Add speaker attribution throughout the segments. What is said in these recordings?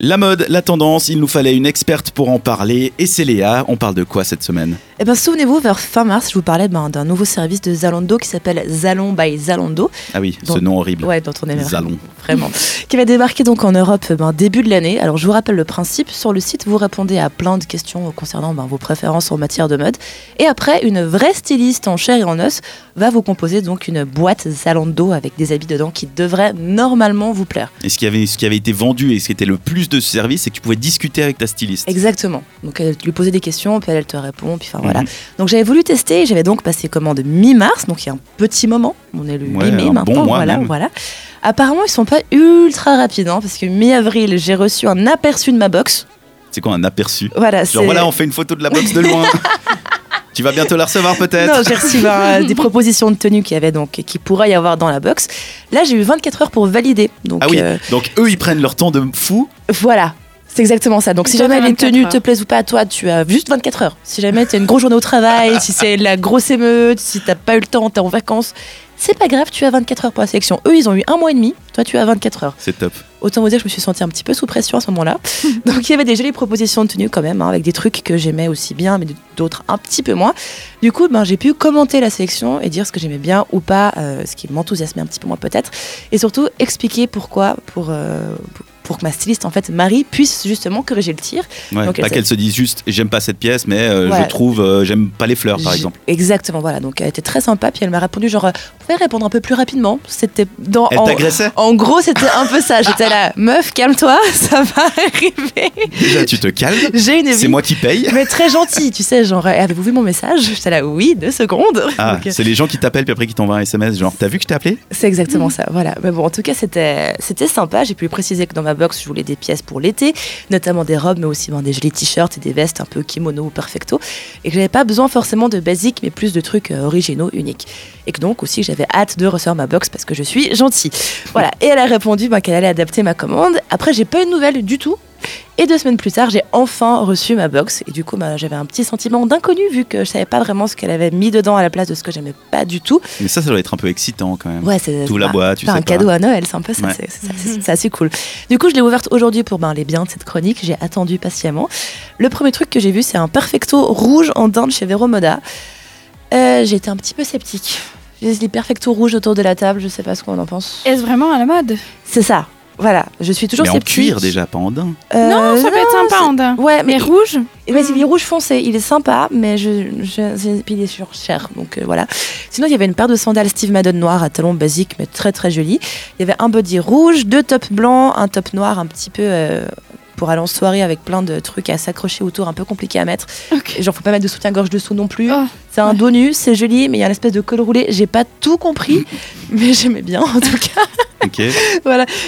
Speaker 1: La mode, la tendance, il nous fallait une experte pour en parler. Et c'est Léa, on parle de quoi cette semaine
Speaker 2: Eh ben, souvenez-vous, vers fin mars, je vous parlais ben, d'un nouveau service de Zalando qui s'appelle Zalon by Zalando.
Speaker 1: Ah oui,
Speaker 2: Bon.
Speaker 1: ce nom horrible.
Speaker 2: Ouais, dont on est
Speaker 1: Zalon.
Speaker 2: vraiment. Qui va débarquer donc en Europe ben, début de l'année. Alors, je vous rappelle le principe. Sur le site, vous répondez à plein de questions concernant ben, vos préférences en matière de mode. Et après, une vraie styliste en chair et en os va vous composer donc une boîte Zalando avec des habits dedans qui devraient normalement vous plaire.
Speaker 1: Et ce qui, avait, ce qui avait été vendu et ce qui était le plus de ce service, c'est que tu pouvais discuter avec ta styliste.
Speaker 2: Exactement. Donc elle, tu lui posais des questions, puis elle, elle te répond, puis enfin
Speaker 1: Mhm.
Speaker 2: voilà. Donc j'avais voulu tester, j'avais donc passé commande mi-mars, donc il y a un petit moment, on est le
Speaker 1: Ouais,
Speaker 2: 8 mai
Speaker 1: un
Speaker 2: maintenant,
Speaker 1: bon mois
Speaker 2: voilà,
Speaker 1: même.
Speaker 2: voilà. Apparemment ils sont pas ultra rapides, hein, parce que mi-avril j'ai reçu un aperçu de ma box.
Speaker 1: C'est quoi un aperçu
Speaker 2: Voilà, c'est...
Speaker 1: Genre voilà, on fait une photo de la box de loin. tu vas bientôt la recevoir
Speaker 2: non,
Speaker 1: peut-être
Speaker 2: j'ai reçu ben, euh, des propositions de tenue qu'il y avait donc, qui pourrait y avoir dans la box. Là, j'ai eu 24 heures pour valider. Donc,
Speaker 1: Ah oui,
Speaker 2: euh,
Speaker 1: donc eux ils prennent leur temps de fou.
Speaker 2: Voilà, c'est exactement ça. Donc si
Speaker 3: Toi,
Speaker 2: jamais
Speaker 3: t'as
Speaker 2: les
Speaker 3: 24
Speaker 2: tenues
Speaker 3: heures.
Speaker 2: te plaisent ou pas, toi, tu as juste 24 heures. Si jamais tu as une grosse journée au travail, si c'est la grosse émeute, si t'as pas eu le temps, t'es en vacances, c'est pas grave, tu as 24 heures pour la sélection. Eux, ils ont eu un mois et demi, toi, tu as 24 heures.
Speaker 1: C'est top.
Speaker 2: Autant vous dire que je me suis sentie un petit peu sous pression à ce moment-là. Donc il y avait des jolies propositions de tenues quand même, hein, avec des trucs que j'aimais aussi bien, mais d'autres un petit peu moins. Du coup, ben, j'ai pu commenter la sélection et dire ce que j'aimais bien ou pas, euh, ce qui m'enthousiasmait un petit peu moins peut-être, et surtout expliquer pourquoi, pour, euh, pour que ma styliste, en fait, Marie, puisse justement corriger le tir.
Speaker 1: Ouais,
Speaker 2: Donc, elle
Speaker 1: pas
Speaker 2: sait-
Speaker 1: qu'elle se dise juste j'aime pas cette pièce, mais euh,
Speaker 2: Ouais.
Speaker 1: je trouve euh, j'aime pas les fleurs par
Speaker 2: J-
Speaker 1: exemple.
Speaker 2: Exactement, voilà. Donc elle était très sympa, puis elle m'a répondu genre, euh, vous pouvez répondre un peu plus rapidement. C'était dans...
Speaker 1: Elle
Speaker 2: en-
Speaker 1: t'agressait
Speaker 2: en gros, c'était un peu ça. J'étais là, meuf, calme-toi, ça va arriver.
Speaker 1: Déjà tu te calmes,
Speaker 2: J'ai une vie.
Speaker 1: c'est moi qui paye.
Speaker 2: Mais très gentil, tu sais, genre, Eh, avez-vous vu mon message J'étais là, oui, deux secondes.
Speaker 1: Ah,
Speaker 2: Donc, euh,
Speaker 1: c'est les gens qui t'appellent puis après qui t'envoient un SMS genre t'as vu que je t'ai appelé
Speaker 2: c'est exactement ça, voilà. Mais bon, en tout cas, c'était c'était sympa. J'ai pu préciser que dans ma box, je voulais des pièces pour l'été, notamment des robes, mais aussi ben, des jolis t-shirts et des vestes un peu kimono ou perfecto. Et que j'avais pas besoin forcément de basiques, mais plus de trucs euh, originaux, uniques. Et que donc aussi, j'avais hâte de recevoir ma box parce que je suis gentille. Voilà. Et elle a répondu ben, qu'elle allait adapter ma commande. Après, j'ai pas eu de nouvelles du tout. Et deux semaines plus tard, j'ai enfin reçu ma box. Et du coup, ben, j'avais un petit sentiment d'inconnu vu que je savais pas vraiment ce qu'elle avait mis dedans à la place de ce que j'aimais pas du tout.
Speaker 1: Mais ça, ça doit être un peu excitant quand même.
Speaker 2: Ouais, c'est
Speaker 1: Tout la
Speaker 2: bah,
Speaker 1: boîte, tu sais
Speaker 2: Enfin, un
Speaker 1: pas.
Speaker 2: cadeau à Noël, c'est un peu ça,
Speaker 1: Ouais.
Speaker 2: c'est- c'est- c'est c'est assez cool. Du coup, je l'ai ouverte aujourd'hui pour ben, les biens de cette chronique, j'ai attendu patiemment. Le premier truc que j'ai vu, c'est un perfecto rouge en dinde chez Vero Moda. Euh, j'ai été un petit peu sceptique. J'ai les perfecto rouges autour de la table, je sais pas ce qu'on en pense.
Speaker 3: Est-ce vraiment à la mode
Speaker 2: C'est ça, voilà, je suis toujours
Speaker 1: Mais en
Speaker 2: sceptique.
Speaker 1: cuir déjà, pas en daim.
Speaker 2: Euh,
Speaker 3: Non, ça peut être sympa, Anda.
Speaker 2: Ouais, mais
Speaker 3: Mais rouge
Speaker 2: Et vas-y, il est rouge foncé, il est sympa, mais je, je, c'est- puis il est sur cher, donc euh, voilà. Sinon, il y avait une paire de sandales Steve Madden noires à talons basiques, mais très très jolies. Il y avait un body rouge, deux tops blancs, un top noir un petit peu euh, pour aller en soirée avec plein de trucs à s'accrocher autour, un peu compliqué à mettre.
Speaker 3: Ok.
Speaker 2: Et Genre, faut pas mettre de soutien-gorge dessous non plus.
Speaker 3: Oh,
Speaker 2: c'est un dos nu, c'est joli, mais il y a une espèce de col roulé. J'ai pas tout compris, mais j'aimais bien en tout cas.
Speaker 1: Ok.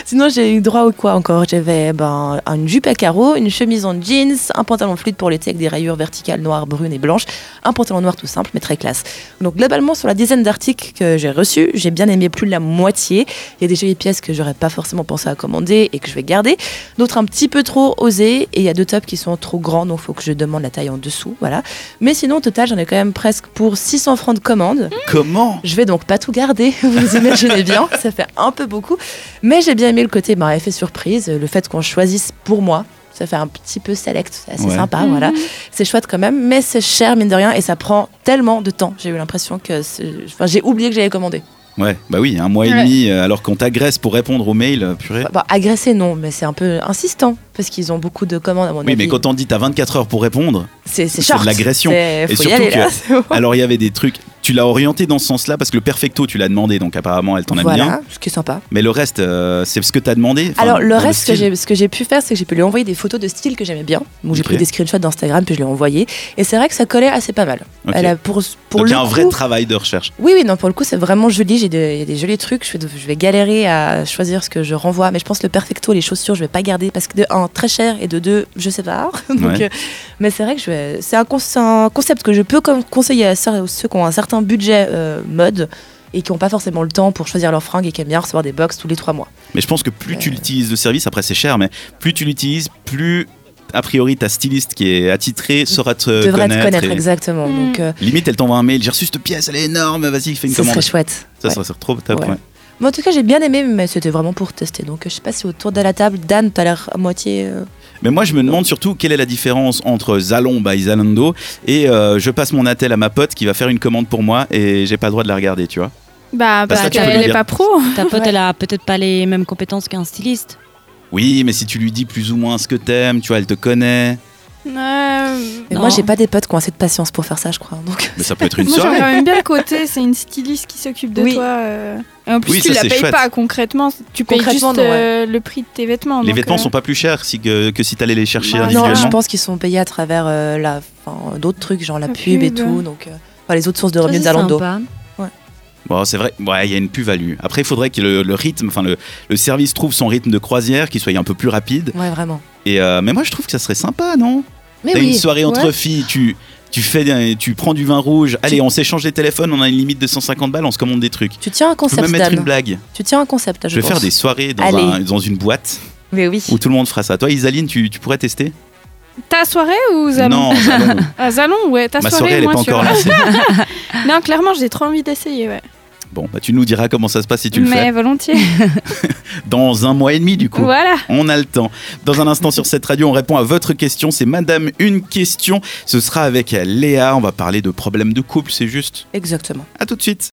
Speaker 2: Sinon, j'ai eu droit au quoi encore J'avais ben, une jupe à carreaux, une chemise en jeans, un pantalon fluide pour l'été avec des rayures verticales noires, brunes et blanches, un pantalon noir tout simple mais très classe. Donc globalement, sur la dizaine d'articles que j'ai reçus, j'ai bien aimé plus de la moitié. Il y a des jolies pièces que j'aurais pas forcément pensé à commander et que je vais garder. D'autres un petit peu trop osées et il y a deux tops qui sont trop grands donc faut que je demande la taille en dessous, voilà. Mais sinon, au total, j'en ai quand même presque pour 600 francs de commande.
Speaker 1: Comment
Speaker 2: Je vais donc pas tout garder, vous imaginez bien, ça fait un peu beaucoup. Mais j'ai bien aimé le côté ben, effet surprise, le fait qu'on choisisse pour moi. Ça fait un petit peu select, c'est assez
Speaker 1: Ouais.
Speaker 2: sympa, voilà. C'est chouette quand même, mais c'est cher mine de rien et ça prend tellement de temps. J'ai eu l'impression que, c'est- enfin, j'ai oublié que j'avais commandé.
Speaker 1: Ouais, bah oui, un mois et
Speaker 3: Ouais.
Speaker 1: demi, euh, alors qu'on t'agresse pour répondre aux mails, euh, purée.
Speaker 2: Bon, agressé Bah, non, mais c'est un peu insistant parce qu'ils ont beaucoup de commandes à mon
Speaker 1: Oui,
Speaker 2: avis.
Speaker 1: mais quand on dit t'as 24 heures pour répondre,
Speaker 2: c'est
Speaker 1: c'est de
Speaker 2: short.
Speaker 1: l'agression.
Speaker 2: C'est-
Speaker 1: Et
Speaker 2: faut y
Speaker 1: surtout
Speaker 2: aller, là.
Speaker 1: que- alors il y avait des trucs. Tu l'as orienté dans ce sens-là parce que le perfecto, tu l'as demandé, donc apparemment elle t'en aime
Speaker 2: voilà,
Speaker 1: bien.
Speaker 2: ce qui est sympa.
Speaker 1: Mais le reste, euh, c'est ce que t'as demandé. Enfin,
Speaker 2: Alors le
Speaker 1: dans
Speaker 2: reste,
Speaker 1: style.
Speaker 2: que j'ai- ce que j'ai pu faire, c'est que j'ai pu lui envoyer des photos de style que j'aimais bien. Donc j'ai
Speaker 1: Ok.
Speaker 2: pris des screenshots d'Instagram puis je l'ai envoyé. Et c'est vrai que ça collait assez pas mal.
Speaker 1: Ok.
Speaker 2: Elle a pour pour
Speaker 1: donc il y
Speaker 2: le
Speaker 1: a un
Speaker 2: coup-
Speaker 1: vrai travail de recherche.
Speaker 2: oui oui non pour le coup c'est vraiment joli. J'ai des, il y a des jolis trucs. Je vais, je vais galérer à choisir ce que je renvoie. Mais je pense que le perfecto, les chaussures, je vais pas garder parce que de un très cher et de deux je sais pas. Donc,
Speaker 1: Ouais.
Speaker 2: euh, mais c'est vrai que je vais- c'est un, con- c'est un concept que je peux comme conseiller à ceux, ceux qui ont un certain budget euh, mode et qui n'ont pas forcément le temps pour choisir leurs fringues et qui aiment bien recevoir des box tous les trois mois.
Speaker 1: Mais je pense que plus
Speaker 2: Euh.
Speaker 1: tu l'utilises de service, après c'est cher, mais plus tu l'utilises, plus a priori ta styliste qui est attitrée saura te
Speaker 2: Devrait te
Speaker 1: connaître.
Speaker 2: connaître
Speaker 1: et
Speaker 2: exactement.
Speaker 3: Mm.
Speaker 2: Donc euh,
Speaker 1: limite, elle t'envoie un mail, j'ai reçu cette pièce, elle est énorme, vas-y, fais une
Speaker 2: Ce
Speaker 1: commande.
Speaker 2: serait chouette.
Speaker 1: Ça
Speaker 2: Ouais.
Speaker 1: serait trop top.
Speaker 2: Ouais.
Speaker 1: ouais.
Speaker 2: Mais en tout cas, j'ai bien aimé, mais c'était vraiment pour tester. Donc, je sais pas si autour de la table, Dan, t'as l'air à moitié. euh,
Speaker 1: Mais moi, je me demande surtout quelle est la différence entre Zalon by Zalando et euh, je passe mon attel à ma pote qui va faire une commande pour moi et j'ai pas le droit de la regarder, tu vois.
Speaker 3: Bah,
Speaker 1: Parce
Speaker 3: bah,
Speaker 1: que tu peux
Speaker 3: elle
Speaker 1: lui
Speaker 3: est
Speaker 1: dire.
Speaker 3: pas pro.
Speaker 4: Ta pote,
Speaker 2: Ouais.
Speaker 4: elle a peut-être pas les mêmes compétences qu'un styliste.
Speaker 1: Oui, mais si tu lui dis plus ou moins ce que t'aimes, tu vois, elle te connaît.
Speaker 3: Euh,
Speaker 2: Mais
Speaker 4: Non.
Speaker 2: moi, j'ai pas des potes qui ont assez de patience pour faire ça, je crois. Donc,
Speaker 1: Mais ça peut être une
Speaker 3: Moi, j'aime
Speaker 1: soirée.
Speaker 3: quand même bien le côté, c'est une styliste qui s'occupe de
Speaker 2: Oui.
Speaker 3: toi. euh. Et en plus,
Speaker 1: Oui,
Speaker 3: tu
Speaker 1: ça,
Speaker 3: la
Speaker 1: c'est
Speaker 3: payes
Speaker 1: chouette.
Speaker 3: pas concrètement, tu payes juste
Speaker 2: Concrètement, non, ouais.
Speaker 3: euh, le prix de tes vêtements.
Speaker 1: Les
Speaker 3: donc,
Speaker 1: vêtements
Speaker 3: euh, Bah,
Speaker 1: sont pas plus chers si que, que si t'allais les chercher
Speaker 3: Non,
Speaker 2: non, je
Speaker 1: individuellement.
Speaker 2: pense qu'ils sont payés à travers euh, la, enfin, d'autres trucs, genre la,
Speaker 3: La
Speaker 2: pub, et
Speaker 3: pub.
Speaker 2: tout. Donc, euh, enfin, les autres sources de
Speaker 4: Ça,
Speaker 2: revenus de
Speaker 4: c'est
Speaker 2: Zalando.
Speaker 4: sympa.
Speaker 1: Bon, c'est vrai, ouais, il y a une plus-value. Après, il faudrait que le, le rythme, enfin, le, le service trouve son rythme de croisière, qu'il soit un peu plus rapide.
Speaker 2: Ouais, vraiment.
Speaker 1: Et, euh, mais moi, je trouve que ça serait sympa, non
Speaker 2: Mais
Speaker 1: T'as
Speaker 2: oui.
Speaker 1: une soirée entre
Speaker 2: Ouais.
Speaker 1: filles, tu, tu, fais, tu prends du vin rouge, allez, on s'échange des téléphones, on a une limite de 150 balles, on se commande des trucs.
Speaker 2: Tu tiens un
Speaker 1: Tu peux
Speaker 2: concept,
Speaker 1: même mettre une
Speaker 2: Dan.
Speaker 1: blague.
Speaker 2: Tu tiens un concept, là,
Speaker 1: Je,
Speaker 2: je,
Speaker 1: vais
Speaker 2: pense.
Speaker 1: faire des soirées dans,
Speaker 2: Allez.
Speaker 1: un- dans une boîte
Speaker 2: Mais oui.
Speaker 1: où tout le monde fera ça. Toi, Isaline, tu, tu pourrais tester
Speaker 3: Ta soirée ou Zalon
Speaker 1: Non, Zalon.
Speaker 3: À Zalon, ouais, ta
Speaker 1: ma
Speaker 3: soirée,
Speaker 1: soirée, elle est
Speaker 3: moi,
Speaker 1: pas
Speaker 3: tu
Speaker 1: encore
Speaker 3: vois.
Speaker 1: lancée.
Speaker 3: Non, clairement, j'ai trop envie d'essayer, ouais.
Speaker 1: Bon, bah, tu nous diras comment ça se passe si tu le
Speaker 3: Mais
Speaker 1: fais.
Speaker 3: volontiers.
Speaker 1: Dans un mois et demi, du coup.
Speaker 3: voilà.
Speaker 1: On a le temps. Dans un instant sur cette radio, on répond à votre question. C'est Madame une question. Ce sera avec Léa. On va parler de problèmes de couple, c'est juste.
Speaker 2: Exactement.
Speaker 1: À tout de suite.